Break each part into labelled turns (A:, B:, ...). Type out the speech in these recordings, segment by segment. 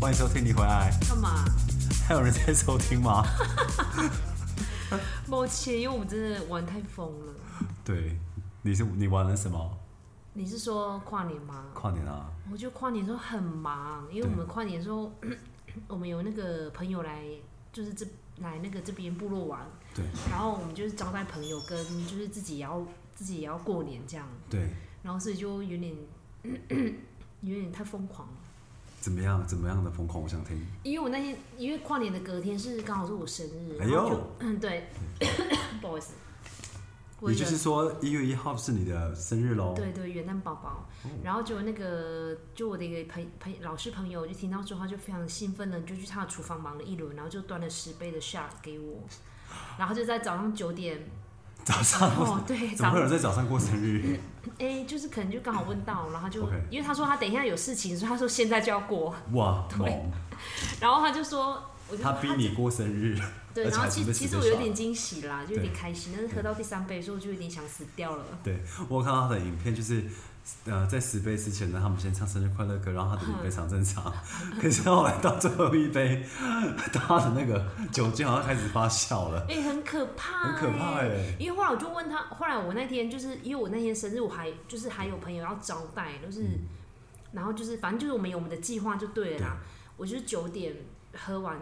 A: 欢迎收听你回来，
B: 干嘛？
A: 还有人在收听 吗？
B: 抱歉，因为我们真的玩太疯了。
A: 对，你是你玩了什么？
B: 你是说跨年吗？
A: 跨年啊？
B: 我觉得跨年的时候很忙，因为
A: 对
B: 我们跨年的时候， 我们有那个朋友来，就是这来那个这边部落玩，
A: 对
B: 然后我们就是招待朋友跟就是自己也要自己也要过年这样，
A: 对，
B: 然后所以就有点 有点太疯狂了。
A: 怎么样？怎么样的疯狂？我想听。
B: 因为我那天，因为跨年的隔天是刚好是我生日，
A: 哎
B: 然后就
A: 呦，
B: 嗯对，不好意思，我
A: 也
B: 有一
A: 就
B: 个
A: 是说一月一号是你的生日喽？
B: 对对，元旦宝宝。
A: 嗯
B: 然后就那个，就我的一个朋朋老师朋友，就听到之后，他就非常兴奋的，就去他的厨房忙了一轮，然后就端了十杯的 shot 给我，然后就在早上九点，
A: 早上
B: 哦 对，
A: 怎么
B: 早
A: 会有人
B: 上
A: 在早上过生日？
B: 哎，就是可能就刚好问到，然后他就
A: OK
B: 因为他说他等一下有事情，所以他说现在就要过，
A: 哇，猛！
B: 然后他就说，我就
A: 他逼你过生 日，
B: 对，
A: 而且
B: 然后
A: 还
B: 其
A: 准备
B: 其实
A: 10杯
B: 我有
A: shot
B: 点惊喜啦，就有
A: 对
B: 点开心，但是喝到第三杯的时候，我就有点想死掉了。
A: 对我有看到他的影片，就是呃，在十杯之前呢，他们先唱生日快乐歌，然后他的饮非常正 常，可是后来到最后一杯，他的那个酒精好像开始发酵了，
B: 哎、很可怕、欸，
A: 很可怕哎、
B: 因为后来我就问他，后来我那天就是因为我那天生日，我还就是还有朋友要招待，就是、
A: 嗯
B: 然后就是反正就是我们有我们的计划就对了啦。我就是九点喝完，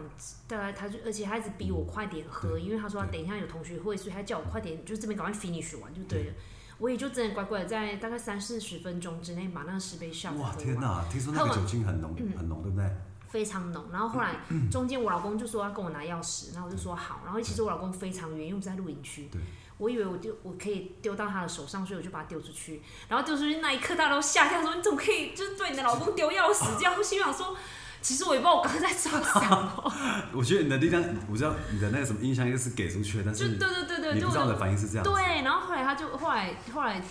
B: 大概他就而且他一直逼我快点喝，
A: 嗯对
B: 因为他说他等一下有同学会，所以他叫我快点，就这边赶快 finish 完就对了。我也就真的乖乖的在大概三四十分钟之内把那十杯 shot
A: 哇，
B: 喝
A: 天
B: 完，
A: 哪！听说那个酒精很浓，
B: 嗯
A: 很浓，对不对？
B: 非常浓。然后后来
A: 嗯
B: 中间我老公就说要跟我拿钥匙，然后我就说好。然后其实我老公非常远，因为我们在露营区，
A: 对，
B: 我以为我丢我可以丢到他的手上，所以我就把他丢出去。然后丢出去那一刻，大家都吓一跳，说你怎么可以就是对你的老公丢钥匙这样？我心想说，其实我也不知道我刚刚在做 什么，
A: 我觉得你的力量，我知道你的那个什么印象应该是给出去的，但
B: 就是对对对对，
A: 你
B: 就
A: 不知道你的
B: 我
A: 反应是这样。
B: 就对。然后后来他就后来后来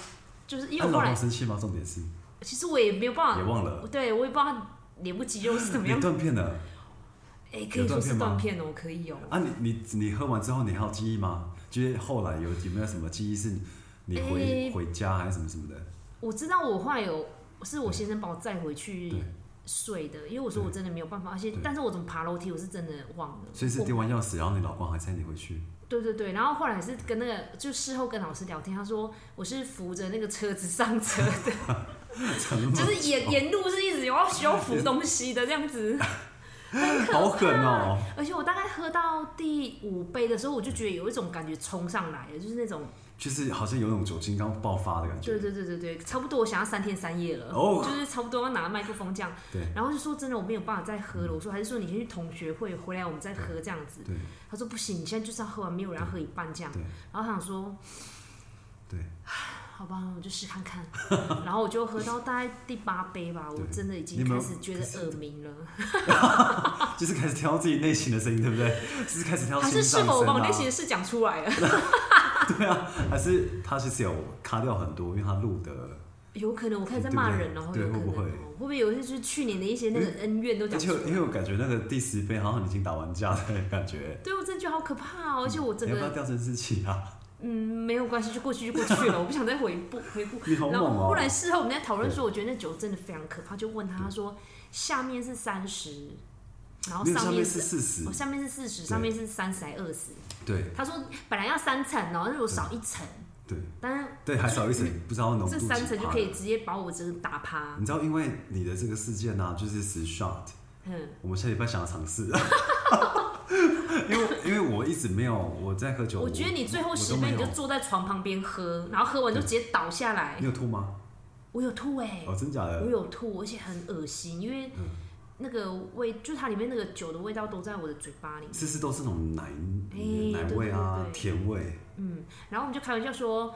B: 就是因
A: 那
B: 为
A: 老
B: 后来
A: 公生气吗？重点是
B: 其实我也没有办
A: 也
B: 法，
A: 忘了，
B: 对我也不知道他脸部肌肉是怎么
A: 你
B: 样。
A: 断片了
B: 哎，可以说是
A: 有断
B: 断片哦，可以哦。
A: 啊！你你你喝完之后，你还有记忆吗？就是后来有有没有什么记忆是你回
B: 诶
A: 回家还是什么什么的？
B: 我知道我后来有是我先生把我载回去
A: 对。
B: 睡的，因为我说我真的没有办法，而且
A: 对
B: 但是我怎么爬楼梯，我是真的忘了。
A: 所以是
B: 我
A: 丢完钥匙，然后你老公还载你回去。
B: 对对对，然后后来是跟那个就事后跟老师聊天，他说我是扶着那个车子上车的， 就是沿沿路是一直有要需要扶东西的这样子， 很可怕
A: 好狠哦！
B: 而且我大概喝到第五杯的时候，我就觉得有一种感觉冲上来了，就是那种
A: 就是好像有种酒精刚爆发的感觉。
B: 对对对对对，差不多我想要三天三夜了，
A: 哦
B: 就是差不多要拿麦克风这样，
A: 对
B: 然后就说真的我没有办法再喝了，我说还是说你先去同学会回来我们再喝这样子，
A: 对
B: 他说不行，你现在就是要喝完，没有人要喝一半这样
A: 对，
B: 然后他想说
A: 对，
B: 好吧，我就试看看。然后我就喝到大概第八杯吧，我
A: 对
B: 真的已
A: 你
B: 经
A: 有没
B: 开
A: 有
B: 始觉得耳鸣了，
A: 就是开始挑自己内心的声音，对不对？就是开始挑
B: 还
A: 心
B: 是
A: 上声
B: 是否我把我
A: 啊
B: 内心的事讲出来了？
A: 对啊，还是他其实有卡掉很多，因为他录的，
B: 有可能我开始在骂人了，
A: 对
B: 有可
A: 会
B: 能
A: 不会
B: 哦会不会有一些就是去年的一些那个恩怨都
A: 而
B: 讲
A: 且
B: 出
A: 因
B: 来？
A: 为我感觉那个第十杯好像已经打完架的感觉，
B: 对我真的觉得好可怕哦，而且我整
A: 你要不要
B: 个
A: 掉监视器啊？
B: 嗯没有关系，就过去就过去了，我不想再回顾回顾。
A: 你好
B: 然
A: 猛
B: 后
A: 哦、
B: 后来事后我们在讨论说，我觉得那酒真的非常可怕，就问他他说下面是三十，然后
A: 没有
B: 上
A: 下
B: 面
A: 面是四十
B: 哦，下面是四十，
A: 对
B: 上面是三十还二十。
A: 对
B: 他说本来要三层哦，但是我少一层，
A: 对
B: 但是
A: 对，还少一 层，不知道浓度
B: 这
A: 几
B: 三层就
A: 趴
B: 可以直接把我整个打趴。
A: 你知道，因为你的这个事件呢、啊就是十 shot，
B: 嗯，
A: 我们下礼拜想要尝 试。因为因为我一直没有我在喝酒，
B: 我觉得你最后十
A: 我都
B: 杯
A: 没
B: 你就
A: 有
B: 坐在床旁边喝，然后喝完就直接倒下来
A: 你。有吐吗？
B: 我有吐哎、
A: 哦，真假
B: 我
A: 的？
B: 有吐，而且很恶心，因为
A: 嗯
B: 那个味就是它里面那个酒的味道都在我的嘴巴里面。
A: 是是都是那种奶
B: 哎
A: 奶味啊，
B: 对对对对
A: 甜味，
B: 然后我们就开玩笑说，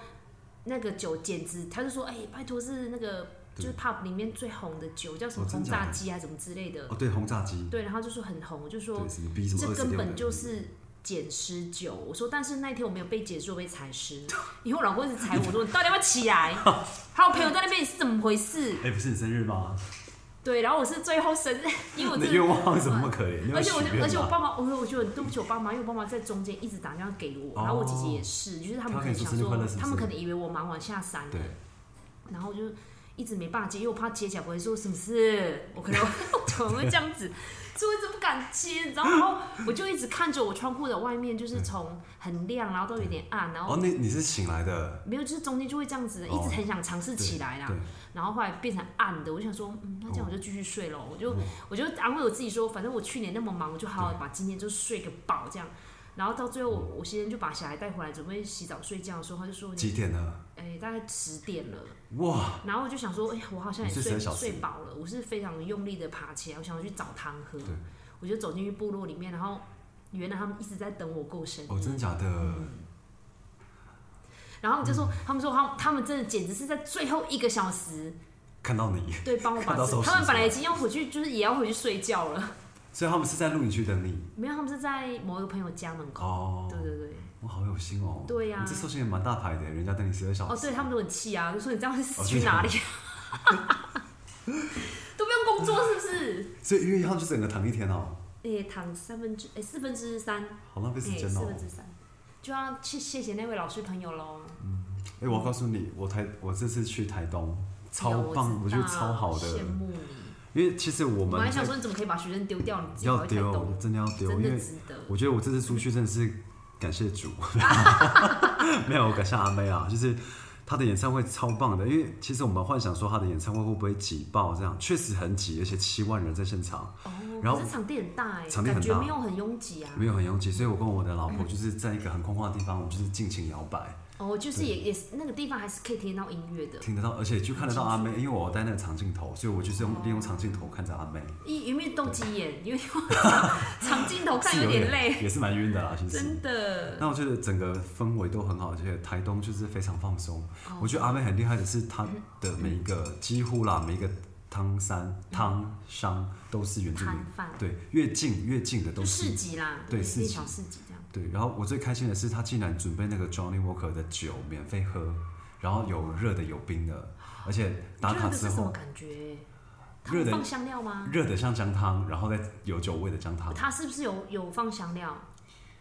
B: 那个酒简直，他就说，哎、拜托是那个
A: 对
B: 就是 pub 里面最红的酒，叫什么
A: 哦真
B: 轰
A: 假的
B: 炸鸡啊，什么之类的。
A: 哦，对，轰炸鸡，
B: 对，然后就说很红，我就说
A: 对，什么 B 什么
B: 这
A: 二十
B: 根
A: 六
B: 本就是捡尸酒。我说，但是那天我没有被捡尸，我被踩尸。 以后我老公一直踩我说，你到底要不要起来？还有朋友在那边，你是怎么回事？
A: 哎、不是你生日吗？
B: 对，然后我是最后生日，因为我
A: 你
B: 哦真
A: 的
B: 的。
A: 愿望怎么那么可怜？你有
B: 而且我
A: 许愿
B: 就，
A: 吗
B: 而且我爸妈，我我觉得很对不起我爸妈，因为我爸妈在中间一直打电话给我，然后我姐
A: 哦
B: 姐也是，就是他们
A: 她
B: 可
A: 跟
B: 能
A: 你说
B: 想
A: 生日
B: 说
A: 快乐是，不
B: 他们
A: 是
B: 可能以为我忙完下山了，
A: 对，
B: 然后我就一直没办法接，因为我怕接起来不会说什么事，我可能 我就怎么会这样子？就一直不敢接，你知道吗？然后我就一直看着我窗户的外面，就是从很亮，然后到有点暗，然
A: 嗯哦
B: 后，
A: 你你是醒来的，
B: 没有，就是中间就会这样子，一直很想尝试起来啦
A: 对。，
B: 然后后来变成暗的，我想说，嗯，那这样我就继续睡咯。我就
A: 嗯
B: 我就安慰我自己说，反正我去年那么忙，我就好好把今天就睡个饱这样。然后到最后，我我先生就把小孩带回来，准备洗澡睡觉的时候，他就说
A: 嗯几
B: 你，
A: 点了？
B: 哎、大概十点了。
A: 哇，
B: 然后我就想说，哎、呀，我好像也
A: 你是
B: 睡
A: 谁小
B: 睡
A: 时
B: 饱了，我是非常用力的爬起来，我想要去找汤喝
A: 对。
B: 我就走进去部落里面，然后原来他们一直在等我过生日。
A: 哦，真的假的？
B: 然后我就说，他们说他们他们真的简直是在最后一个小时，
A: 看到你，
B: 对，帮我把
A: 看到手机
B: 他们本来已经要回去，就是也要回去睡觉了，
A: 所以他们是在露营区等你
B: 没有，他们是在某一个朋友家门口。
A: 哦。
B: 对对对，
A: 我好有心哦。
B: 对呀
A: 你这寿星也蛮大牌的，人家等你十二小时。
B: 哦，对他们都很气啊，就说你这样是
A: 哦
B: 去
A: 真的
B: 哪里？ 都不用工作是不是？
A: 所以因为他们就整个躺一天哦，
B: 哎，躺三分之哎四分之三，
A: 好浪费时
B: 哎
A: 间
B: 四
A: 哦
B: 分。之三，就要去谢谢那位老师朋友喽。
A: 哎，我告诉你，我台我这次去台东，
B: 哎
A: 超
B: 呦我
A: 棒，
B: 知
A: 我觉得
B: 道
A: 超好的
B: 羡。慕你。
A: 因为其实我
B: 我
A: 们
B: 还想说你怎么可以把学生丢掉，你自己
A: 要
B: 跑去台
A: 丢，
B: 东，
A: 真的要丢，
B: 真
A: 因
B: 的
A: 为
B: 值得。
A: 我觉得我这次出去真的是感谢主， 没有我感谢阿妹啊，就是她的演唱会超棒的，因为其实我们幻想说她的演唱会会不会挤爆这样，确实很挤，而且七万人在现场，
B: 哦，
A: 然后
B: 可是场地很大哎，
A: 场地很
B: 感觉
A: 大
B: 没有很拥挤啊。
A: 没有很拥挤，所以我跟我的老婆就是在一个很空旷的地方，我们就是尽情摇摆，
B: 哦，就是也也是那个地方还是可以听到音乐的。
A: 听得到，而且就看得到阿妹，因为我戴那个长镜头，所以我就是用利用长镜头看着阿妹，
B: 一一面斗鸡眼，因为长镜头看
A: 是
B: 有点累，
A: 也是蛮晕的啦，其实。
B: 真的。
A: 那我觉得整个氛围都很好，而且台东就是非常放松。
B: 哦
A: 我觉得阿妹很厉害的是，她的每一个几乎啦，每一个汤山
B: 嗯
A: 汤商都是原住民
B: 摊，贩
A: 对，越近越近的
B: 就
A: 都
B: 市
A: 是。
B: 集啦，
A: 对
B: 一
A: 市集
B: 小市集这样。
A: 对，然后我最开心的是，她竟然准备那个 Johnny Walker 的酒免费喝，然后有热的有冰的，而且打卡
B: 热
A: 之
B: 的是什么
A: 后
B: 感觉？它
A: 热的
B: 放香料吗？
A: 热的像姜汤，然后再有酒味的姜汤，
B: 它是不是有有放香料？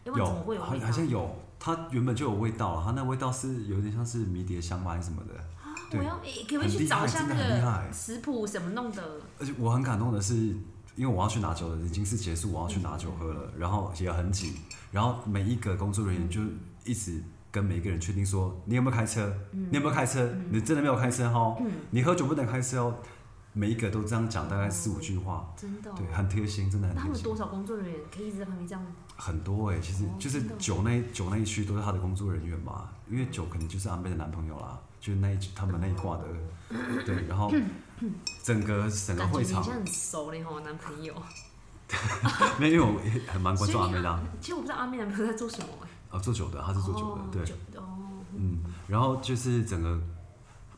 B: 要不然
A: 啊有
B: 怎么会有
A: 好
B: 味道
A: 好？像有，它原本就有味道，啊它那味道是有点像是迷迭香吧还是什么的。
B: 啊
A: 对
B: 我要诶可不可以
A: 很
B: 去
A: 厉害
B: 找一下那
A: 真的很厉
B: 个
A: 害
B: 食谱怎么弄的？
A: 而且我很感动的是，因为我要去拿酒了，已经是结束，我要去拿酒喝了，
B: 嗯
A: 然后也很挤，然后每一个工作人员就一直跟每一个人确定说，你有没有开车？你有没有开车？
B: 嗯
A: 你真的没有开车哦，你喝酒不能开车哦。每一个都这样讲，大概四五句话，
B: 真的哦。
A: 对，很贴心，真的很
B: 那他
A: 贴
B: 们
A: 心。
B: 多少工作人员可以一直在旁边这样？
A: 很多哎、其实
B: 哦
A: 就是
B: 真的哦
A: 酒那酒那一区都是他的工作人员嘛，因为酒可能就是安倍的男朋友啦，就是那一他们那一挂的，对，然后整个整个
B: 嗯感觉
A: 会
B: 你好
A: 场，
B: 像很熟嘞吼，男朋友。
A: 没有，因为我也很蛮关注阿妹的啊，
B: 其实我不知道阿妹男朋友在做什么哎。
A: 哦，做酒的，他是做酒的，
B: 哦
A: 对，
B: 酒哦，
A: 嗯，然后就是整个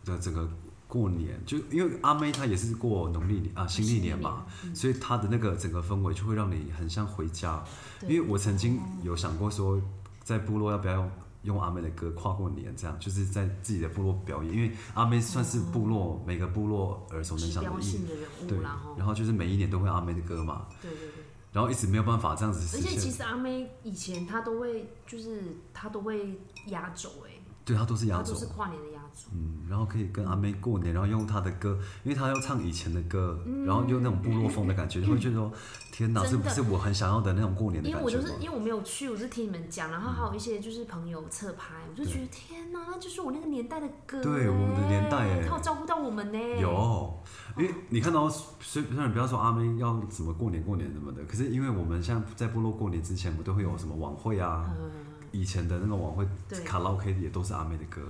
A: 的整个过年，就因为阿妹她也是过农历年啊新历年嘛，
B: 嗯
A: 所以她的那个整个氛围就会让你很像回家。因
B: 对
A: 为我曾经有想过说，在部落要不要用用阿妹的歌跨过年，这样就是在自己的部落表演，因为阿妹算是部落每个部落耳熟能
B: 指
A: 详的
B: 标
A: 艺，
B: 性的人
A: 对
B: 物啦吼，。
A: 然后就是每一年都会有阿妹的歌嘛，
B: 对对对。
A: 然后一直没有办法这样子
B: 而
A: 实
B: 且其
A: 现，
B: 实阿妹以前她都会，就是她都会压轴哎，
A: 对她都是压
B: 她都
A: 轴
B: 是。跨年的压轴。
A: 嗯，然后可以跟阿妹过年，然后用她的歌，因为她要唱以前的歌，然后用那种部落风的感 觉，就会觉得说，天哪，
B: 嗯真
A: 这
B: 的
A: 不是我很想要的那种过年的
B: 因为
A: 感
B: 我
A: 觉
B: 就是
A: 吗？嗯
B: 因为我没有去，我是听你们讲，然后还有一些就是朋友侧拍，我就觉得天哪，那就是我那个年代的歌哎，欸
A: 对我们的年代哎
B: 她有照顾到我们呢。
A: 有，因为你看到，虽虽然不要说阿妹要怎么过年过年什么的，可是因为我们像在部落过年之前，我们都会有什么晚会啊，
B: 嗯，
A: 以前的那种晚会
B: 对
A: 卡拉 OK 也都是阿妹的歌，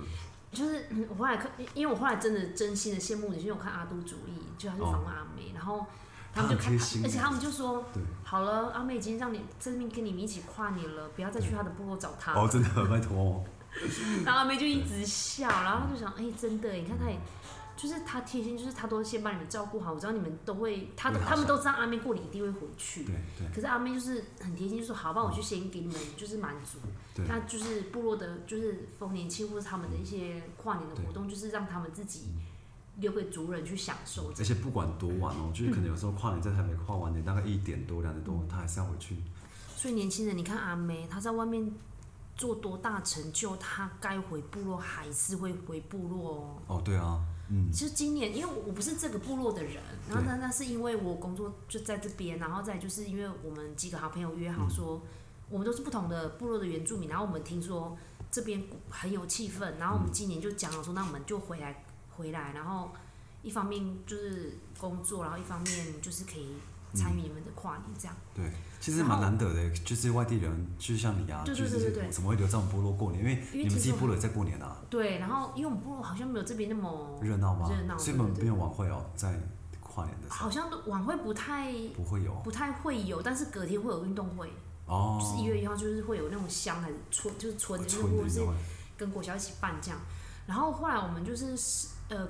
B: 就是嗯我后来看，因为我后来真的真心的羡慕你，因为我看阿都主义，就他去访问阿妹，然后他们就
A: 她哦很
B: 看
A: 贴
B: 她
A: 心，
B: 而且他们就说
A: 对，
B: 好了，阿妹已经让你这边跟你们一起跨年了，不要再去她的部落找她了
A: 哦，真的，拜托，
B: 然后阿妹就一直笑，然后她就想，哎、真的耶，你看她也，就是她贴心，就是她都先把你们照顾好，我知道你们都会，她都
A: 对她
B: 他们都知道阿妹过年一定会回
A: 对
B: 去，
A: 对
B: 可是阿妹就是很贴心，就说好吧，我就先给你们就是满足，
A: 对
B: 那就是部落的，就是丰年庆或者他们的一些跨年的活动，就是让他们自己留给族人去享受这
A: 而
B: 样。
A: 且不管多晚哦，就是可能有时候跨年在台北跨完年大概一点多两点
B: 嗯
A: 多，她还是要回去，
B: 所以年轻人，你看阿妹她在外面做多大成就，她该回部落还是会回部落哦。
A: 哦，对啊，嗯
B: 其实今年，因为我不是这个部落的人，然后那那是因为我工作就在这边，然后再就是因为我们几个好朋友约好说，我们都是不同的部落的原住民，然后我们听说这边很有气氛，然后我们今年就讲了说，那我们就回来回来，然后一方面就是工作，然后一方面就是可以参与你们的跨年这样。
A: 对，其实蛮难得的，就是外地人，就是像你啊，
B: 对
A: 就
B: 对对对
A: 是
B: 对
A: 怎么会留在我们部落过年？因为你
B: 因为
A: 们
B: 其
A: 自
B: 实
A: 己
B: 我
A: 部落也在过年啊，
B: 对，然后因为我们部落好像没有这边那么，
A: 热闹吗
B: 热？闹
A: 所以我们
B: 对对对啊
A: 没有晚会哦，在跨年的时
B: 好
A: 候
B: 像都晚会不太
A: 不会有
B: 不太会有，但是隔天会有运动会。
A: 哦，
B: 就是一月一号就是会有那种香还是春，就是春，就是
A: 春
B: 或
A: 的
B: 者
A: 运
B: 是
A: 动会，
B: 跟国小一起办这样。然后后来我们就是呃，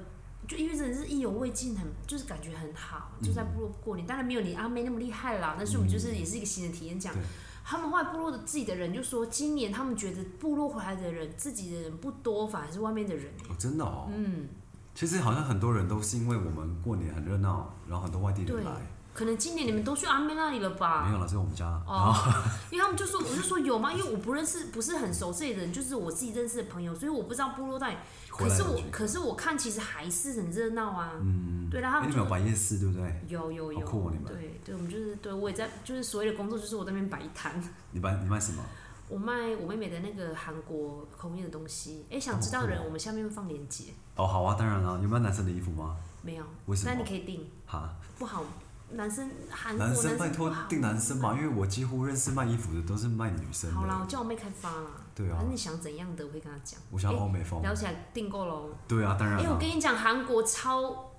B: 就因为真的是意犹未尽，很就是感觉很好，就
A: 嗯
B: 在部落过年。当然没有你阿妹那么厉害啦，但是我们就是也是一个新的体验这样。
A: 对
B: 他们后来部落的自己的人就说，今年他们觉得部落回来的人自己的人不多，反而是外面的人、欸
A: 哦，真的哦。
B: 嗯，
A: 其实好像很多人都是因为我们过年很热闹，然后很多外地人
B: 对
A: 来，
B: 可能今年你们都去阿妹那里了吧？
A: 没有了，是我们家，然后
B: 哦，因为他们就说，我就说有吗？因为我不认识，不是很熟这里的人，就是我自己认识的朋友，所以我不知道部落到底。
A: 回
B: 可
A: 来
B: 是
A: 了
B: 我
A: 去。，
B: 可是我看其实还是很热闹啊。
A: 嗯，
B: 对啦，
A: 哎
B: 他，们
A: 你
B: 就
A: 们有摆夜市对不对？
B: 有有
A: 好
B: 有，
A: 酷哦你们
B: 对对，我们就是对我也在，就是所谓的工作就是我在那边摆摊，
A: 你摆你卖什么？
B: 我卖我妹妹的那个韩国口音的东西。哎，想知道的
A: 哦
B: 人，
A: 酷哦
B: 我们下面会放链接。
A: 哦，好啊，当然了，有没有男生的衣服吗？
B: 没有，
A: 为什
B: 那你
A: 么？
B: 可以订，
A: 哈，
B: 不好，男生韩国
A: 男
B: 生
A: 生拜
B: 不
A: 托
B: 好。
A: 订男生吧，因为我几乎认识卖衣服的都是卖女生
B: 好啦，
A: 的。
B: 我叫我妹开发啦。
A: 对啊
B: 反正你想怎样的，我会跟她讲。
A: 我想要欧美风。
B: 聊起来订购喽。
A: 对啊，当然
B: 哎、我
A: 了
B: 跟。你讲，韩国超，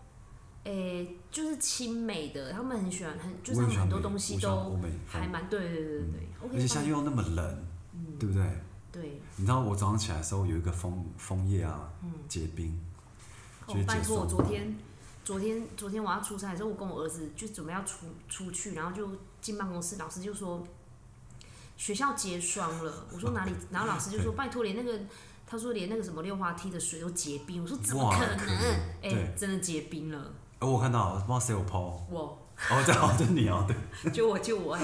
B: 诶、就是亲美的，他们很喜欢，很就是
A: 我也
B: 他们
A: 喜欢
B: 很多
A: 美
B: 东西
A: 我喜欢欧
B: 都
A: 美
B: 还
A: 风，
B: 蛮嗯对对对对对。
A: 嗯
B: OK，
A: 而且现在又那么冷，对不对？
B: 对，
A: 你知道我早上起来的时候有一个枫枫叶啊，
B: 嗯
A: 结冰，
B: 哦
A: 就是，
B: 拜
A: 结
B: 托我
A: 束
B: 昨天。昨天昨天我要出差的时候，我跟我儿子就准备要出出去，然后就进办公室，老师就说学校结霜了。我说哪里？然后老师就 说拜托，连那个他说连那个什么溜滑梯的水都结冰。我说怎么
A: 哇
B: 可
A: 可
B: 能？哎、
A: 对
B: 真的结冰了，
A: 哎，我看到，不知道谁有 PO，
B: 我
A: 哦，对，哦，对你哦， 对，
B: 就我就我、 哎，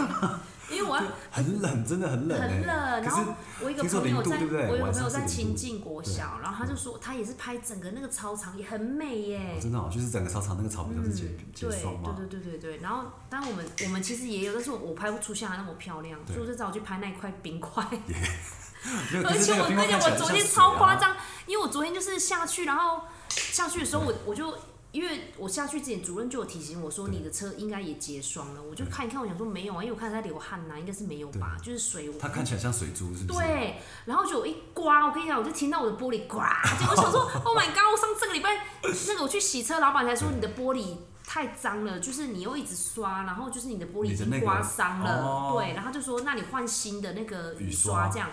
B: 因为我要
A: 很冷，真的很冷
B: 很
A: 哎。
B: 冷。
A: 可
B: 然
A: 是
B: 后我一个
A: 听说
B: 朋友
A: 零度
B: 在，
A: 对不对
B: 我有个
A: 晚
B: 朋
A: 上
B: 友
A: 是
B: 在
A: 零度
B: 清境国小，然后他就说他也是拍整个那个操场也很美耶嗯
A: 哦。真的哦，就是整个操场那个草皮都是结
B: 对
A: 结霜嘛，
B: 对对对对对，然后当然我们我们其实也有，但是我拍不出像它那么漂亮，
A: 对
B: 所以我就找我去拍那一块冰块。
A: 没有可
B: 而
A: 是
B: 且
A: 那
B: 我
A: 个冰
B: 而
A: 块看起来
B: 且我
A: 就
B: 昨
A: 像
B: 天
A: 水
B: 超
A: 啊
B: 夸张，因为我昨天就是下去，然后下去的时候我我就因为我下去之前主任就有提醒我说
A: 对
B: 你的车应该也结霜了，我就
A: 对
B: 看一看，我想说没有啊，因为我看他在流汗呐、应该是没有吧，就是水我
A: 它看起来像水珠，是不是？
B: 对，然后就我一刮，我跟你讲，我就听到我的玻璃呱，就我 想说，Oh my god！我上这个礼拜那个我去洗车，老板才说你的玻璃太脏了，就是你又一直刷，然后就是你的玻璃
A: 你
B: 已
A: 的
B: 经
A: 那个
B: 刮伤了，
A: 哦
B: 对，然后就说那你换新的那个
A: 雨
B: 雨
A: 刷
B: 刷这样，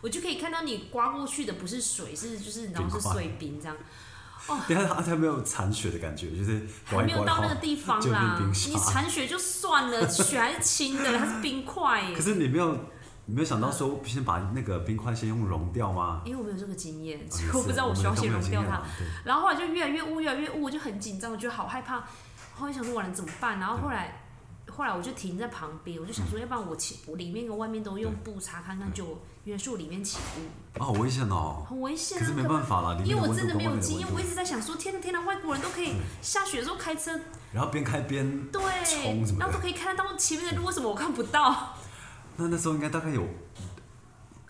B: 我就可以看到你刮过去的不是水，是就是然
A: 冰
B: 后是
A: 块
B: 碎冰这样，
A: 等一下它它没有残雪的感觉，就是
B: 还
A: 刮
B: 没
A: 一
B: 有
A: 刮
B: 到那个
A: 然后
B: 地方
A: 哦就
B: 啦
A: 变，冰
B: 你
A: 沙。
B: 铲雪就算了，雪还是轻的，它是冰块 耶
A: 可，是你没有你没有想到说先把那个冰块先用融掉吗？
B: 因为我没有这个经验，
A: 哦
B: 所以
A: 也
B: 我
A: 是
B: 不知道我需要
A: 们都
B: 先
A: 没有
B: 融
A: 经
B: 掉
A: 验
B: 它
A: 嘛。对
B: 然后后来就越来越雾，越来越雾，我就很紧张，我觉得好害怕。后来想说，我能怎么办？然后后来，后来我就停在旁边，我就想说，要不然我起，我里面跟外面都用布擦看看，就原来是我里面起雾，
A: 啊，好危险哦！
B: 很危险
A: 可是
B: 啊！
A: 没
B: 可
A: 办法啦，里
B: 因
A: 面
B: 为我
A: 温
B: 真
A: 度
B: 的
A: 跟外
B: 没有
A: 面的
B: 经
A: 温
B: 验，我一
A: 度，
B: 直在想说，天哪天哪，外国人都可以下雪的时候开车，
A: 然后边开边
B: 对
A: 冲什么的，
B: 然后都可以看得到前面的路，为什么我看不到？
A: 那那时候应该大概有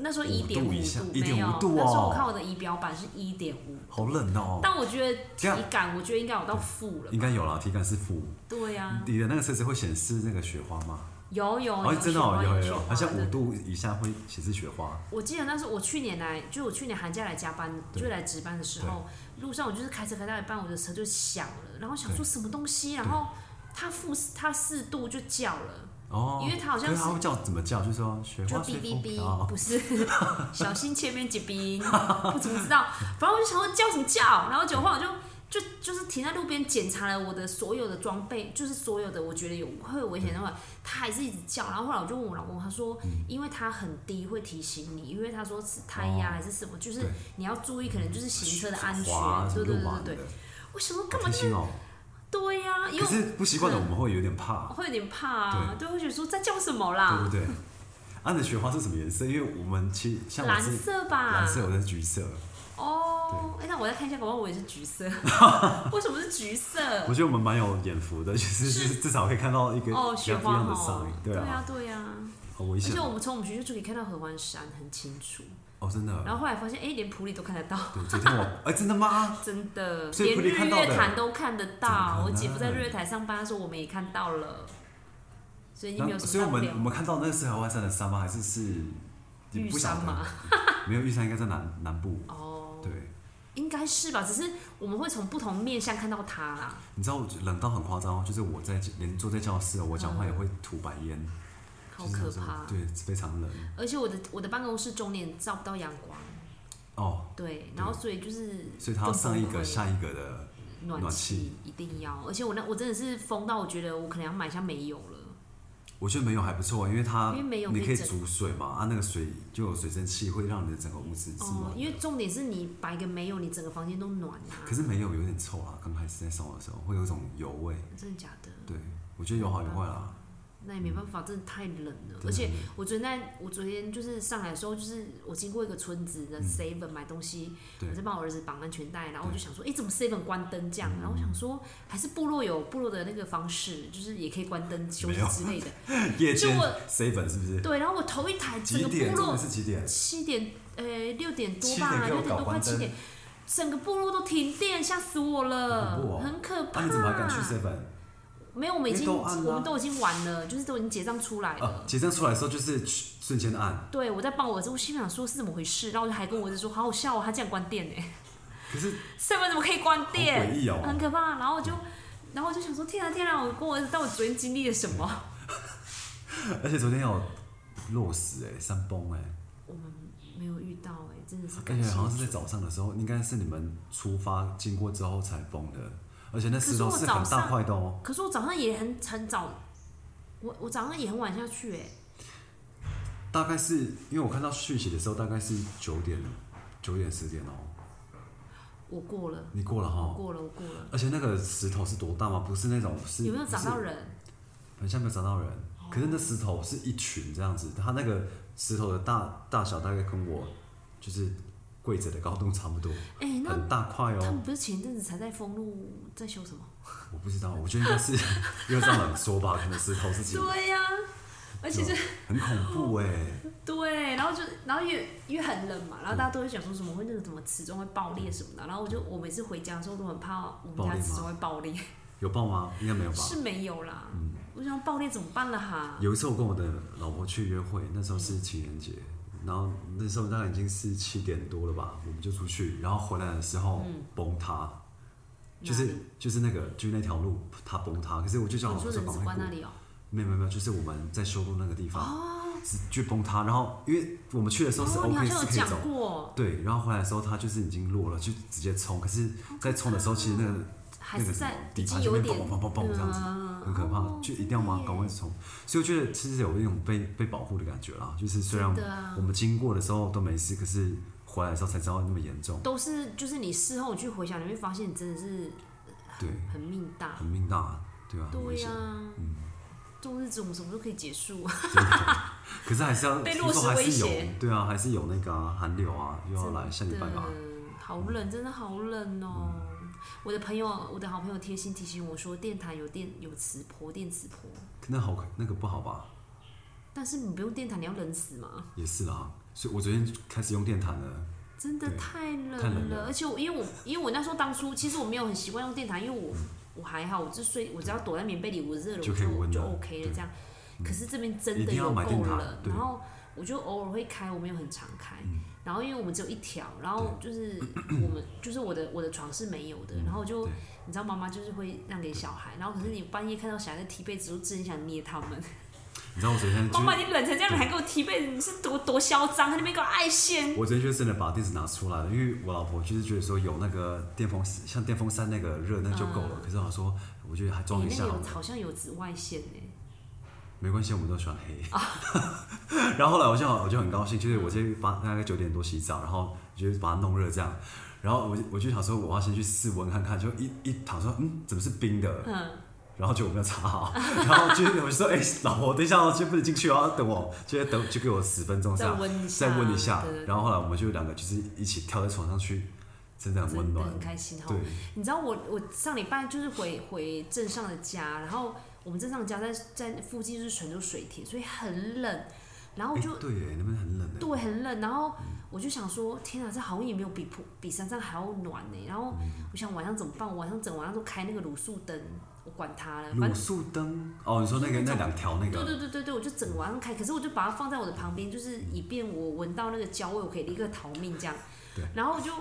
B: 那时候
A: 五
B: 一点
A: 度
B: 五
A: 以下
B: 度，
A: 1.5
B: 没有，
A: 度哦
B: 那时候我看我的仪表板是一点五，
A: 好冷哦，
B: 但我觉得体
A: 这样
B: 感，我觉得应该有到负了
A: 应
B: 吧。
A: 该有啦，体感是负。
B: 对呀、
A: 你的那个设置会显示那个雪花吗？
B: 有有
A: 哦，
B: 有
A: 真的哦，
B: 雪
A: 有
B: 花
A: 有
B: 雪
A: 有，
B: 花
A: 好像
B: 对
A: 五度以下会显示雪花。
B: 我记得那是我去年来，就我去年寒假来加班，
A: 对
B: 就来值班的时候，路上我就是开车开到一半，我的车就响了，然后想说什么东西，然后它负它四度就叫了，
A: 哦，
B: 因为它好像
A: 可
B: 是
A: 是它会叫怎么叫？就说雪
B: 就
A: 花
B: 哔
A: 随啊风
B: 哔
A: 哦
B: 哔，
A: 飘。
B: 不是，小心前面结冰，我怎么知道？反正我就想说叫什么叫，然后结果后来我就就就是停在路边检查了我的所有的装备，就是所有的我觉得有会有危险的话，他还是一直叫。然后后来我就问我老公，他说因为它很低会提醒你，因为他说是胎压
A: 嗯哦
B: 还是什么，就是
A: 对
B: 你要注意，可能就是行车的安全
A: 滑，啊什
B: 对
A: 么
B: 对
A: 路
B: 对
A: 滑
B: 对对。
A: 的
B: 我想说
A: 好
B: 干嘛
A: 贴？心哦。
B: 对呀、因
A: 可
B: 为
A: 是不习惯的我们会有点怕
B: 我，会有点怕啊，对，会觉得说在叫什么啦
A: 对，不对？啊啊，你的雪花是什么颜色？因为我们其实像我
B: 蓝
A: 是
B: 色吧，
A: 蓝色，我的是橘色。
B: 哦，哎、那我再看一下，搞不好我也是 橘色。为什么是橘色？
A: 我觉得我们蛮有眼福的，就是
B: 是
A: 至至少可以看到一个
B: 哦，
A: 比
B: 雪
A: 较不一
B: 花
A: 样的
B: 哦
A: sign，，
B: 对
A: 啊，，
B: 对啊。
A: 好危
B: 而
A: 险
B: 且我
A: 哦
B: 们从我们学校就可以看到合欢山很清楚，
A: 哦，真
B: 然
A: 的，
B: 后后来发现，哎、连普里都看得到，
A: 对，昨天我，哎，真的吗？
B: 真 的，
A: 所以
B: 连
A: 普里
B: 日
A: 看到的
B: 月潭都看得
A: 怎么
B: 到。
A: 可
B: 我姐夫在
A: 能
B: 日月潭上班的时候，我们也看到了，所以你 没有
A: 那
B: 什
A: 所以我
B: 么大不
A: 们
B: 了
A: 我。们看到那是合欢山的山吗？还是是你
B: 玉
A: 不晓
B: 山嘛
A: 得？，没有玉山应该在南南部，
B: 哦，
A: 对。
B: 应该是吧，只是我们会从不同面向看到它啦。
A: 你知道我冷到很夸张哦，就是我在连坐在教室哦，我讲话也会吐白烟，
B: 嗯好
A: 就是
B: 可
A: 那种
B: 怕！
A: 对，非常冷
B: 而且我的我的办公室终年照不到阳光，
A: 哦，
B: 对，然后所以就是
A: 所以他要上一
B: 更崩
A: 个
B: 溃
A: 下一个的，
B: 暖
A: 暖
B: 气
A: 气
B: 一定要，而且我那我真的是疯到我觉得我可能要买一下煤油了，
A: 我觉得没有还不错，啊因为它
B: 因为煤油
A: 你可以
B: 整
A: 煮水嘛，啊，那个水就有水蒸气，会让你的整个屋子是
B: 哦
A: 暖，
B: 因为
A: 的。
B: 重点是你摆个煤油，你整个房间都暖啊
A: 可，是没有有点臭啊，刚开始在烧的时候会有一种油味，
B: 真的假的？
A: 对我觉得有好有坏啦，
B: 那也没办法，真的太冷了。
A: 真的
B: 而且
A: 很
B: 我昨天在我昨天就是上来的时候，就是我经过一个村子
A: 嗯
B: 的 Seven 买东西，
A: 对
B: 我在帮我儿子绑安全带，然后我就
A: 对嗯
B: 想说，哎、怎么 Seven 关灯这样？然后我想说，还是部落有部落的那个方式，就是也可以关灯休
A: 没
B: 息
A: 有
B: 之类的。
A: 夜间
B: 我
A: seven 是不是？
B: 对，然后我头一抬，整
A: 几
B: 个
A: 点？
B: 部
A: 真的
B: 落
A: 是几点？
B: 七点，呃，六点多
A: 七
B: 吧，
A: 点给
B: 六
A: 我
B: 点多
A: 搞
B: 快
A: 关
B: 七
A: 灯
B: 点，整个部落都停电，吓死我了，
A: 好恐怖哦
B: 很可怕。
A: 啊，你怎么还敢去 seven？
B: 没有，我们已
A: 因为
B: 经
A: 都暗
B: 我们
A: 啦
B: 都已经完了，就是都已经结账出来了。
A: 啊，结账出来的时候就是瞬间按，
B: 对，我在帮我儿子，我心想说是怎么回事，然后我就还跟我儿子说，好好笑哦，他竟然关店呢，
A: 可是
B: 塞门怎么可以关
A: 好诡
B: 店？
A: 异哦
B: 很可怕。然后我就，然后我就想说，天啊天啊，我跟我儿子到底昨天经历了什么？
A: 而且昨天有落石哎、山崩哎、
B: 我们没有遇到哎，真的是
A: 而
B: 感
A: 且
B: 谢
A: 啊好像是在早上的时候，应该是你们出发经过之后才崩的，而且那石头是很大块的哦、
B: 可是我早上也很很早，我我早上也很晚下去哎，
A: 大概是因为我看到讯息的时候，大概是九点、九点十点哦、
B: 我过了，
A: 你过了
B: 我
A: 哈、
B: 过了，我过了。
A: 而且那个石头是多大吗？不是那种是
B: 有没有找到？
A: 不是
B: 人？哦
A: 很像没有找到人，可是那石头是一群这样子，它那个石头的大大小大概跟我就是跪着的高度差不多，
B: 哎、 那
A: 很大块哦、
B: 他们不是前阵子才在封路在修什么？
A: 我不知道，我觉得应该是 因为这样冷缩吧，可能石头是几，
B: 对呀、而且就
A: 很恐怖哎、
B: 对，然后就然后因为因为很冷嘛，
A: 嗯
B: 然后大家都会讲说什么会那个什么瓷砖会爆裂什么的，然后我就我每次回家的时候都很怕我们
A: 爆
B: 家
A: 裂吗
B: 瓷砖会爆裂，
A: 有爆吗？应该没有吧。
B: 是没有啦。我想爆裂怎么办了哈？
A: 嗯有一次我跟我的老婆去约会，那时候是情人节，然后那时候大概已经是七点多了吧，我们就出去，然后回来的时候崩塌，就
B: 哪
A: 是
B: 里
A: 就是那个就是那条路它崩塌，可是我就叫
B: 你
A: 老婆
B: 说
A: 说
B: 人
A: 赶
B: 子
A: 快
B: 关
A: 过
B: 那，里哦、
A: 没有没有没有，就是我们在修路那个地方，是去崩塌，然后因为我们去的时候是
B: 哦，你好
A: OK
B: 像
A: 是
B: 有
A: 可以
B: 讲
A: 走，
B: 过，
A: 对，然后回来的时候，它就是已经落了，就直接冲。可是，在冲的时候，其实那个
B: 还
A: 那
B: 是
A: 个什么
B: 在已
A: 底
B: 经
A: 盘就
B: 有
A: 会
B: 点
A: 砰砰砰砰砰这样子，
B: 嗯
A: 很可怕
B: 哦，
A: 就一定要往赶快冲。所以我觉得其实有一种被被保护的感觉啦，就是虽然
B: 真的啊
A: 我们经过的时候都没事，可是回来的时候才知道那么严重。
B: 都是就是你事后你去回想，你会发现你真的是
A: 对，
B: 很命大。
A: 很命大，对啊，很危
B: 对
A: 险
B: 呀、。这种日子我们什么时候可以结束？
A: 真的可是还是要
B: 被
A: 听
B: 落
A: 说
B: 石
A: 还
B: 威
A: 是有
B: 胁，
A: 对啊，还是有那个啊寒流啊，又要来下礼拜啊 吧。
B: 嗯，好冷，真的好冷哦。我的朋友，我的好朋友贴心提醒我说，电台有电有磁波，电磁波，
A: 那好，那个不好吧？
B: 但是你不用电台，你要冷死吗？
A: 也是啦，所以我昨天开始用电毯了。
B: 真的
A: 对
B: 太冷了，
A: 太冷了
B: 而且我因为我因为我那时候当初其实我没有很习惯用电台，因为我我还好，我就睡，我只要躲在棉被里，我热了
A: 就可以
B: 我
A: 温
B: 就
A: 了
B: OK 了
A: 对嗯
B: 这样。可是这边真
A: 一
B: 的
A: 定要
B: 有够
A: 买电塔
B: 冷，
A: 对嗯
B: 然后我就偶尔会开，我没有很常开。然后因为我们只有一条，然后就是 我们就是我的我的床是没有的，然后我就
A: 嗯对
B: 你知道妈妈就是会让给小孩，然后可是你半夜看到小孩在踢被子，就真的想捏他们。
A: 你知道我昨天就
B: 妈
A: 是
B: 妈，你冷成这样，你还给我踢被子，你是多多嚣张？他那边给我爱线，
A: 我昨天就真的把电池拿出来了，因为我老婆就是觉得说有那个电风扇，像电风扇那个热那就够了。可是我说，我觉得还装
B: 你
A: 一
B: 嗯哎那
A: 下
B: 个
A: 好
B: 有
A: 了，
B: 好像有紫外线欸呢、
A: 没关系，我们都喜欢黑。
B: 啊
A: 然后后来我就好我就很高兴，就是我今天把大概九点多洗澡，然后就是把它弄热这样。然后我就我就想说，我要先去试温看看，就一一躺说，嗯，怎么是冰的？
B: 嗯，
A: 然后就我没有查好，然后就我就说，哎、老婆，等一下哦，先不能进去哦，等我，就等就给我十分钟这
B: 再
A: 样，
B: 问一下，
A: 再问一下
B: 啊对对，对
A: 然后后来我们就两个就是一起跳在床上去，真的很温
B: 真的
A: 暖，
B: 很开心哦哈
A: 对。，
B: 你知道我我上礼拜就是回回镇上的家，然后我们镇上的家在在附近就是泉州水田，所以很冷，然后我
A: 哎
B: 就、
A: 对耶，那边很冷嗯哎，
B: 对很冷，然后我就想说，天啊，这好像也没有比普比山上还要暖呢、然后
A: 嗯
B: 我想晚上怎么办？我晚上整晚上都开那个卤素灯，我管它了，反
A: 卤
B: 正
A: 素灯哦，你说那个那两条那
B: 对
A: 个，
B: 对对对对，我就整晚上开，可是我就把它放在我的旁边，就是以便我闻到那个焦味，我可以立刻逃命这样
A: 对。
B: 然后我就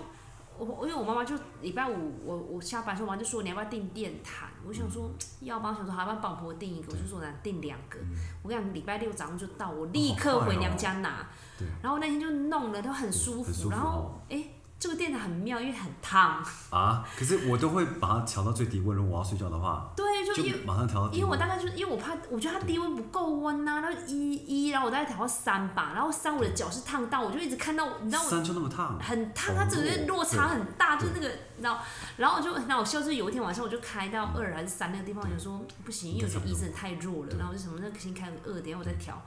B: 我我因为我妈妈就礼拜五我我下班的时候，我妈就说你要不要订电毯？我想说、
A: 嗯
B: 要吧，我想说好，要不要帮我婆订一个？我就说那订两个。我跟你讲，礼拜六早上就到，我立刻回娘家拿。
A: 哦对
B: 然后那天就弄了，都很舒服。
A: 很舒服哦
B: 然后哎、这个电毯很妙，因为很烫。
A: 啊，可是我都会把它调到最低温，如果我要睡觉的话，
B: 对，就
A: 就
B: 因为
A: 马上调到
B: 因
A: 低
B: 为我
A: 温
B: 大，概就是因为我怕，我觉得它低温不够温呐、然后一一，然后我大概调到三吧，然后三我的脚是烫到，我就一直看到，你知道我
A: 山就那么烫，
B: 很烫，它整个落差很大，就是那个，然后然后我就很好笑，就是有一天晚上我就开到二还是三那个地方，我就说不行，因为我觉得医生太弱了，然后我就什么那个先开二，等一下我再调。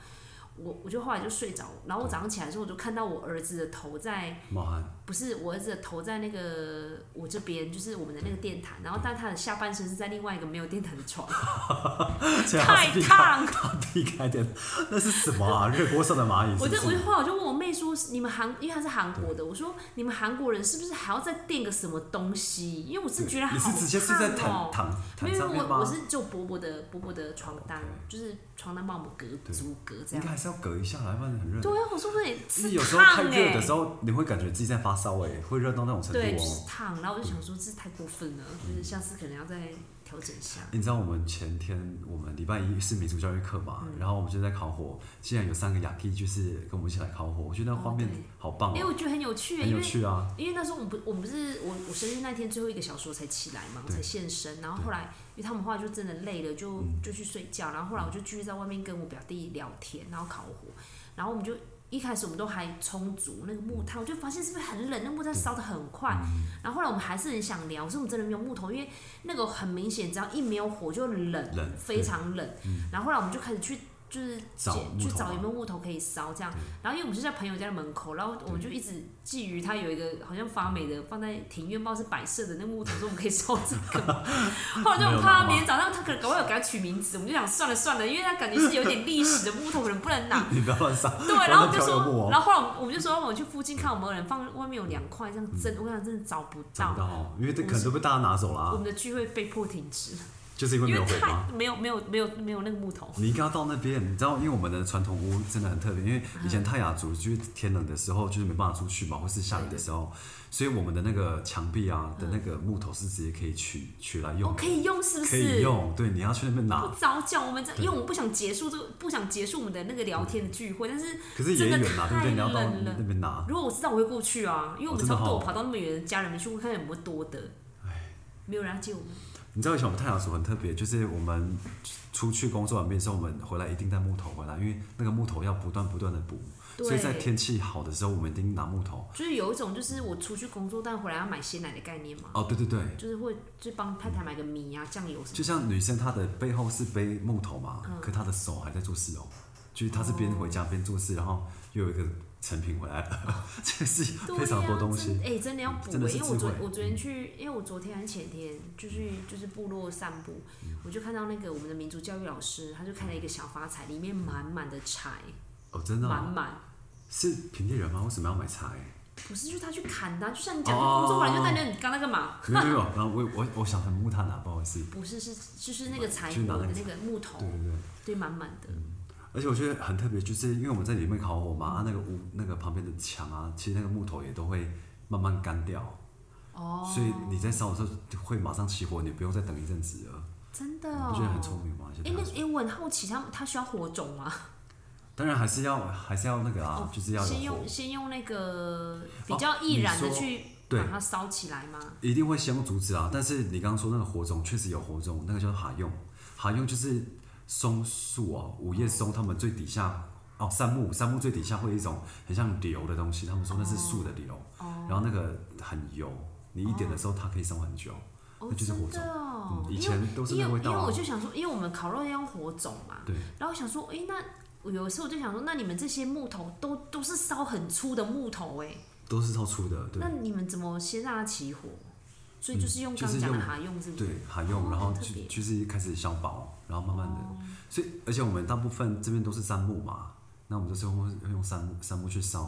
B: 我我就后来就睡着，然后我早上起来的时候，我就看到我儿子的头在，
A: 冒汗，
B: 不是我儿子的头在那个我这边，就是我们的那个电毯，然后但他的下半身是在另外一个没有电毯的 床，
A: 这样
B: 太
A: 是避开
B: 烫，
A: 避开点，那是什么啊？热锅上的蚂蚁
B: 我
A: 是
B: 就
A: 不？
B: 我就是后来我就问我妹说，你们韩，因为她是韩国的，我说你们韩国人是不是还要再垫个什么东西？因为我是觉得好
A: 你
B: 烫
A: 是直接睡在
B: 哦
A: 毯毯毯
B: 没有，
A: 上
B: 没有
A: 面
B: 我
A: 吗
B: 我？是就薄薄的薄薄的床单
A: OK，
B: 就是床单帮我们隔
A: 对
B: 阻隔这
A: 应
B: 样
A: 该。还是要隔一下来，不然很热。
B: 对啊，我说不是
A: 就是
B: 是
A: 有时候太
B: 烫
A: 热
B: 哎
A: 的，时候，你会感觉自己在发烧哎，会热到那种程度
B: 对，就
A: 哦
B: 是。烫。然后我就想说这太过分了，
A: 嗯
B: 就是下次可能要再调整一下。
A: 你知道我们前天我们礼拜一是民族教育课嘛，
B: 嗯
A: 然后我们就在烤
B: 哦
A: 火，竟然有三个雅 k 就是跟我们一起来烤火，我觉得那画面
B: 哦对
A: 好棒
B: 因为
A: 哦，
B: 我觉得很有趣，欸
A: 很
B: 因
A: 有
B: 为
A: 趣啊。
B: 因为那时候我们不，我们不是我我生日那天最后一个小时我才起来嘛，我
A: 对嗯
B: 才现身。然后后来，因为他们后来就真的累了，就就去睡觉。然后后来我就继续在外面跟我表弟聊天，然后烤火。然后我们就一开始我们都还充足那个木炭，我就发现是不是很冷？那木炭烧的很快。
A: 嗯
B: 然后后来我们还是很想聊，可是我们真的没有木头，因为那个很明显，只要一没有火就冷，
A: 冷
B: 非常冷。然后后来我们就开始去。就是
A: 找
B: 捡
A: 木
B: 去
A: 头
B: 找
A: 嘛嗯
B: 有没有木头可以烧这样，然后因为我们是在朋友家的门口，然后我们就一直觊觎他有一个好像发霉的放在庭院，不知道是白色的那木头，说我们可以烧这 个嘛。后来就很怕他明天早上他可能搞不好有给他取名字，我们就想算了算了，因为他感觉是有点历史的木头，可能不 能拿。
A: 你不要乱杀，
B: 对，
A: 不
B: 然后
A: 要
B: 我
A: 再
B: 们
A: 飘
B: 就说
A: 游木，
B: 然
A: 哦，
B: 后后来我们就说我们去附近看有没有人放，外面有两块这样真，我跟你讲真的找不
A: 找
B: 到
A: 不。到哦，因为这可能都被大家拿走了
B: 我
A: 啊
B: 们，的聚会被迫停止，
A: 就是因为
B: 因
A: 没
B: 为
A: 有回
B: 太
A: 吗？嗯
B: 没有没有没有没有那个木头。
A: 你应该要到那边，你知道，因为我们的传统屋真的很特别，因为以前泰雅族就是天冷的时候就是没办法出去嘛，或是下雨的时候，所以我们的那个墙壁啊的那个木头是直接可以取取来
B: 我
A: 用，
B: 嗯哦可以哦用是不
A: 可
B: 是？
A: 以用，对，你要去那边
B: 不
A: 拿，
B: 早讲，我们这
A: 对
B: 因为我们不想结束这个，不想结束我们的那个聊天的聚会。但是
A: 可是也远啊，对不对？
B: 真的太
A: 你要到
B: 冷了
A: 那边拿，
B: 如果我知道，我会过去啊，因为我
A: 哦
B: 们
A: 真的
B: 差不多
A: 哦
B: 我跑到那么远的家人们去看看有没有多的，没有人要接我们。
A: 你知道以前我们太阳族很特别，就是我们出去工作完毕之后，我们回来一定带木头回来，因为那个木头要不断不断的补，所以在
B: 对，
A: 天气好的时候，我们一定拿木头。
B: 就是有一种就是我出去工作，但回来要买鲜奶的概念嘛，
A: 哦，对对对，
B: 就是会就是帮太太买个米啊、酱油什
A: 就
B: 么。
A: 像女生她的背后是背木头嘛，可她的手还在做事哦，就是她是边回家边做事，然后又有一个成品回来了， 这是
B: 对
A: 非常
B: 呀
A: 多东西
B: 真。哎、真的要补、
A: 真的是
B: 因为我昨
A: 智慧
B: 我昨天去，因为我昨天还是前天，就是就是部落散步，
A: 嗯
B: 我就看到那个我们的民族教育老师，他就开了一个小发财，里面满满的柴，
A: 哦，真的
B: 满
A: 啊、
B: 满。
A: 是平地人吗？为什么要买菜？
B: 不是，就他去砍的啊、就像你讲，就工作完就在那，你刚那干嘛？
A: 没有没有，然后我我我想很木炭啊，不好意思。
B: 不是，是就是那个柴
A: 去
B: 火
A: 拿
B: 的
A: 那个
B: 那个木头
A: 哦对，对对。
B: 对，满满的。
A: 而且我觉得很特别，就是因为我们在里面烤火
B: 嗯
A: 嘛，啊，那个屋那个旁边的墙啊，其实那个木头也都会慢慢干掉，
B: 哦，
A: 所以你在烧的时候会马上起火，你不用再等一阵子了。
B: 真的
A: 你不觉得很
B: 哦。
A: 聪明吗？现
B: 哎
A: 在，
B: 那哎，我很好奇，他他需要火种吗？
A: 当然还是要还是要那个啊，就是要
B: 哦先
A: 有火
B: 用，先用那个比
A: 哦
B: 较易燃的
A: 你说
B: 去
A: 对
B: 把它烧起来吗？
A: 一定会先用竹子啊。但是你刚刚说那个火种确实有火种，那个叫做哈用，哈用就是松树啊，午夜松它们最底下。哦，杉木，杉木最底下会有一种很像硫的东西，他们说那是树的硫，然后那个很油，你一点的时候它可以烧很久。
B: 哦
A: 那，就是火
B: 真
A: 种嗯
B: 的哦。哦，
A: 以
B: 因为
A: 前都是
B: 因
A: 那
B: 为
A: 味
B: 因为
A: 道、啊
B: 我。就想说，因为我们烤肉要用火种嘛，
A: 对，
B: 然后我想说，哎、那我有时候我就想说，那你们这些木头都都是烧很粗的木头、哎，
A: 都是超粗的，对
B: 那你们怎么先让它起火？所以就是用
A: 嗯
B: 刚
A: 就是
B: 讲的
A: 用
B: 哈用，是不是？
A: 对，还用，
B: 哦
A: 然后
B: 特
A: 就
B: 别哦
A: 就是开始消薄，然后慢慢的，所以而且我们大部分这边都是杉木嘛，那我们就是用用杉木杉木去烧，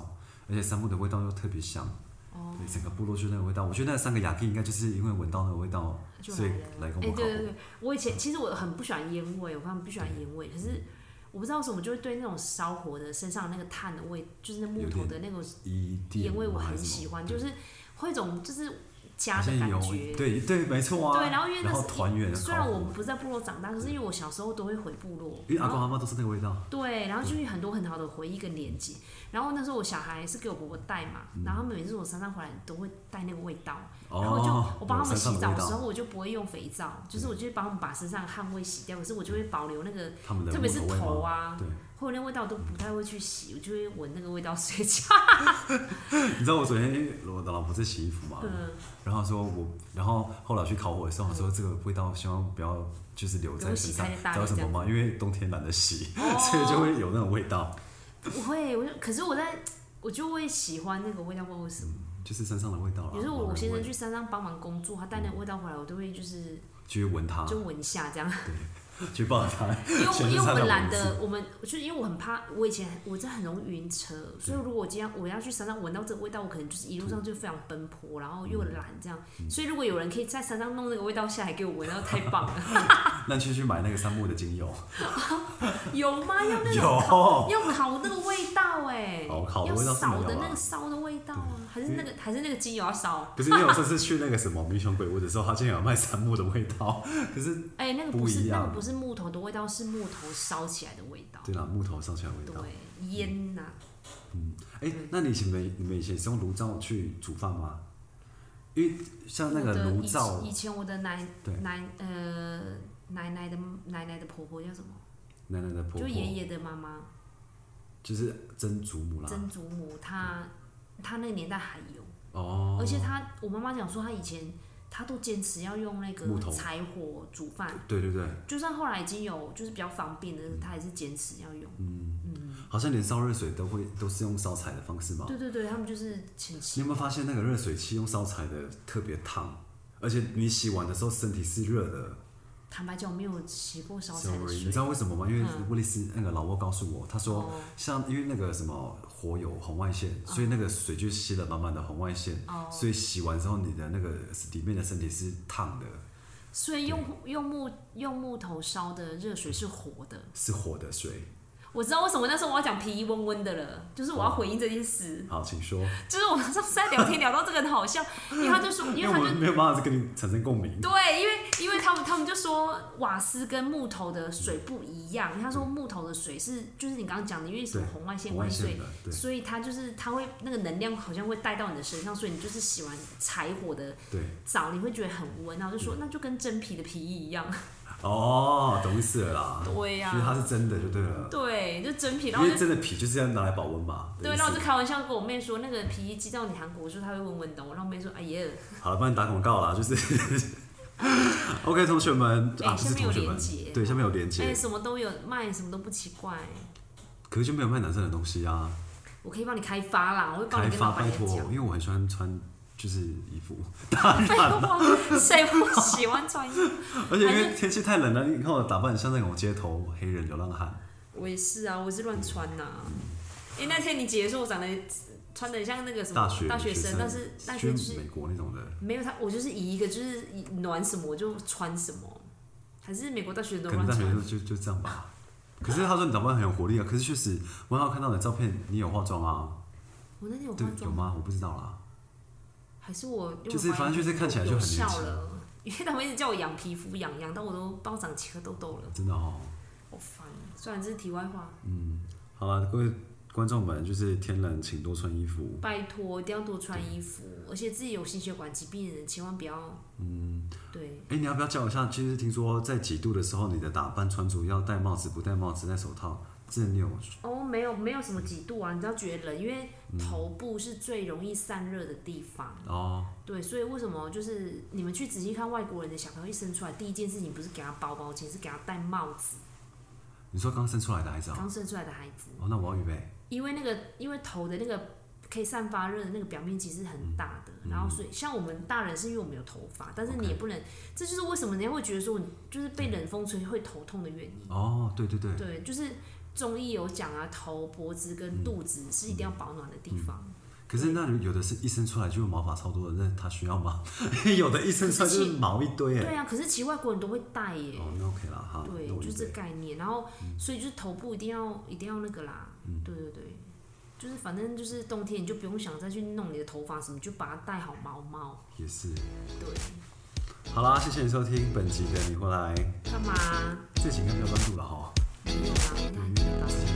A: 而且杉木的味道又特别香，
B: 哦，
A: 对，整个部落就那个味道，我觉得那三个雅蒂应该就是因为闻到那个味道，
B: 就
A: 所以
B: 来了
A: 来跟我
B: 哎、
A: 们烤
B: 对对对，我以前其实我很不喜欢烟味，我非常不喜欢烟味，可是我不知道为什么，就会对那种烧火的身上那个炭的味，就是那木
A: 有
B: 头
A: 点
B: 的那种
A: 一定
B: 烟味，我
A: 吗还
B: 很
A: 是什么
B: 喜欢，
A: 对
B: 就是会有一种就是
A: 好
B: 家的
A: 像
B: 感
A: 有
B: 觉。
A: 对对，没错啊，
B: 对然后因为那是
A: 团圆的
B: 虽然
A: 烤
B: 我
A: 火
B: 们，不嗯是在部落长大，可是因为我小时候都会回部落，
A: 因为阿
B: 然
A: 公
B: 后
A: 阿妈都是那个味道，
B: 对，然后
A: 嗯
B: 就是很多很好的回忆跟连接。然后那时候我小孩是给我婆婆带嘛，然后他们每次我山上回来都会带那个味道，然后就
A: 嗯哦，
B: 我帮他们
A: 有山
B: 洗
A: 上
B: 澡
A: 味
B: 的时
A: 道，
B: 候，我就不会用肥皂，就是我就会帮他们把身上的汗味洗掉，可是我就会保留那个，
A: 他们的
B: 特别是
A: 木味
B: 头
A: 吗，
B: 啊，
A: 对。
B: 或者那味道我都不太会去洗，我就会闻那个味道 睡觉。
A: 你知道我昨天我的老婆在洗衣服嘛，
B: 嗯，
A: 然后她说我，然后后来去烤火的时候，我说这个味道希望不要就是留在身上，
B: 不
A: 知
B: 要洗太大
A: 道为什么吗？因为冬天懒得洗，
B: 哦
A: 所以就会有那种味道，
B: 不会，我就可是我在，我就会喜欢那个味道，不知道为什么。
A: 就是身上的味道啦。
B: 有时候
A: 老
B: 我我
A: 人
B: 先
A: 味
B: 生去山上帮忙工作，他带那个味道回来，我都会就是
A: 就会闻它，
B: 就闻一下这样。
A: 去抱它，
B: 因为我
A: 全身
B: 因为我
A: 上
B: 们
A: 下
B: 懒
A: 蚊子
B: 得，我们就是因为我很怕，我以前我真的很容易晕车，所以如果我今天我要去山上闻到这个味道，我可能就是一路上就非常奔波，然后又懒这样。所以如果有人可以在山上弄那个味道下来给我 闻，到，太棒了。
A: 那去去买那个杉木的精 油，
B: 有吗？要那种
A: 有，
B: 要烤那个味道哎、
A: 哦烤的
B: 要
A: 味道是没
B: 烧
A: 有
B: 的
A: 啊
B: 那个烧的味道啊，还是那个还是那个精油要烧？
A: 可是因为我上次去那个什么迷熊鬼屋的时候，他竟然有卖杉木的味道， 可是
B: 哎、那个
A: 不
B: 是
A: 一
B: 那
A: 样
B: 个不是木头的味道，是木头烧起来的味道。
A: 对啦，木头上起来的味道。
B: 对，烟呐、啊
A: 哎、那你以前没你们以前是用炉灶去煮饭吗？因为像那
B: 我
A: 个
B: 的
A: 炉
B: 以
A: 灶
B: 以前我的奶
A: 对
B: 奶呃奶奶的奶奶的婆婆叫什么？
A: 奶奶的婆婆，
B: 就爷爷的妈妈
A: 就是曾祖母啦。
B: 曾祖母，她她那个年代还有，
A: 嗯哦，
B: 而且她我妈妈讲说她以前她都坚持要用那
A: 木
B: 个
A: 头
B: 柴火煮饭，
A: 对对对，
B: 就算后来已经有就是比较方便的，
A: 嗯
B: 她还是坚持要用。
A: 好像连烧热水都会都是用烧柴的方式嘛。
B: 对对对，他们就是前
A: 你
B: 期
A: 有没有发现那个热水器用烧柴的特别烫，而且你洗完的时候身体是热的。
B: 坦白讲我没有洗过烧柴的
A: Sorry，你
B: 水
A: 知。道为什么吗？因为
B: 嗯
A: 威利斯那个老挝告诉我，他说
B: 哦嗯
A: 像因为那个什么火有红外线，所以那个水就吸了满满的红外线，
B: 哦
A: 所以洗完之后你的那个里面的身体是烫的，
B: 所以用用木用木头烧的热水是活的，
A: 是火的水。
B: 我知道为什么那时候我要讲皮温温的了，就是我要回应这件事。
A: 好，请说，
B: 就是我们上次在聊天聊到这个很好笑，因为他 就说，因
A: 因
B: 为
A: 为
B: 他
A: 我
B: 就
A: 没有办法跟你产生共鸣。
B: 对，因为因为他们他们就说瓦斯跟木头的水不一样，他说木头的水是就是你刚刚讲的，因为什么
A: 对
B: 红外线
A: 红外
B: 关系，所
A: 线
B: 以
A: 的，对
B: 所以它就是它会那个能量好像会带到你的身上，所以你就是洗完柴火的
A: 对。
B: 澡，你会觉得很温，然后就
A: 嗯
B: 说那就跟真皮的皮衣一样，
A: 哦，懂意思了啦。
B: 对呀
A: 其实它是真的就对了，
B: 对，就真皮，然
A: 因
B: 后
A: 为
B: 就。
A: 真的皮就是要拿来保温嘛。
B: 对，
A: 意思
B: 然后我就开玩笑跟我妹说，那个皮衣寄到你韩国，说它会温温的哦。然后我妹说，哎呀，
A: 好了，帮你打广告啦，就是 OK，同学们
B: 哎
A: 啊，不是
B: 下面
A: 同
B: 有
A: 学们
B: 连结，
A: 对，下面有连
B: 哎、
A: 接，
B: 什么都有卖，什么都不奇怪。
A: 可是就没有卖男生的东西啊。
B: 我可以帮你开发啦，我会帮
A: 开
B: 你跟
A: 发
B: 老
A: 拜
B: 板娘
A: 托，
B: 讲。
A: 因为我很喜欢穿就是衣服，
B: 废 话，谁 不喜欢穿衣服？
A: 而且因为天气太冷了，你看我打扮像那种街头黑人流浪汉，
B: 我也是啊，我是乱穿呐、哎、那天你姐说我长得穿的像那个什么
A: 大学
B: 大学
A: 生
B: 生，，但是但是
A: 就
B: 就是
A: 美国那种的，
B: 没有他，我就是以一个就是以暖什么我就穿什么，还是美国大学生都
A: 可
B: 乱
A: 能大学
B: 穿
A: 就。就就这样吧。可是他说你打扮很有活力啊，可是确实，我好像看到你的照片，你有化妆啊。
B: 我那天有
A: 对
B: 化，
A: 有
B: 妆，
A: 吗？我不知道啦。
B: 还是我因为
A: 就是
B: 我发
A: 反正就是看起来就很
B: 有
A: 年轻
B: 效了。 因为他们一直叫我养皮肤养养，但我都帮我长几颗痘痘了，
A: 真的哦。
B: 好烦。虽然这是题外话，
A: 好了，各位观众们，就是天冷请多穿衣服。
B: 拜托，一定要多穿衣服，而且自己有心血管疾病的人千万不要，嗯，对，
A: 哎、你要不要教我一下？就是听说在几度的时候，你的打扮穿着要戴帽子，不戴帽子，戴手套，真的你有
B: 哦，没有没有什么几度啊，你知道觉得冷，因为头部是最容易散热的地方。
A: 哦，
B: 对，所以为什么就是你们去仔细看外国人的小朋友一生出来，第一件事情不是给他包包巾，是给他戴帽子。
A: 你说刚生出来的孩子啊？
B: 刚生出来的孩子，
A: 哦，那我要预备。
B: 因为那个因为头的那个可以散发热的那个表面积是很大的，然后所以像我们大人是因为我们有头发，但是
A: OK
B: 你也不能这就是为什么人家会觉得说你就是被冷风吹会头痛的原因。
A: 哦，对对对，
B: 对，就是中医有讲啊，头、脖子跟肚子是一定要保暖的地方。
A: 可是那有的是一生出来就有毛发超多的，那他需要吗？ 有的一生出来就是毛一堆哎。
B: 对啊，可是其实外国人都会戴耶。
A: 哦，那 OK 啦哈。
B: 对，
A: 那我
B: 就
A: 预
B: 是这
A: 备。
B: 概念。然后，所以就是头部一定要一定要那个啦。对对对，就是反正就是冬天你就不用想再去弄你的头发什么，就把它戴好毛毛。
A: 也是。
B: 对，
A: 好啦，谢谢你收听本集的你回来，
B: 干嘛？
A: 这集应该没有乱录了哈。
B: 没有啊，应该还可以吧
A: 自己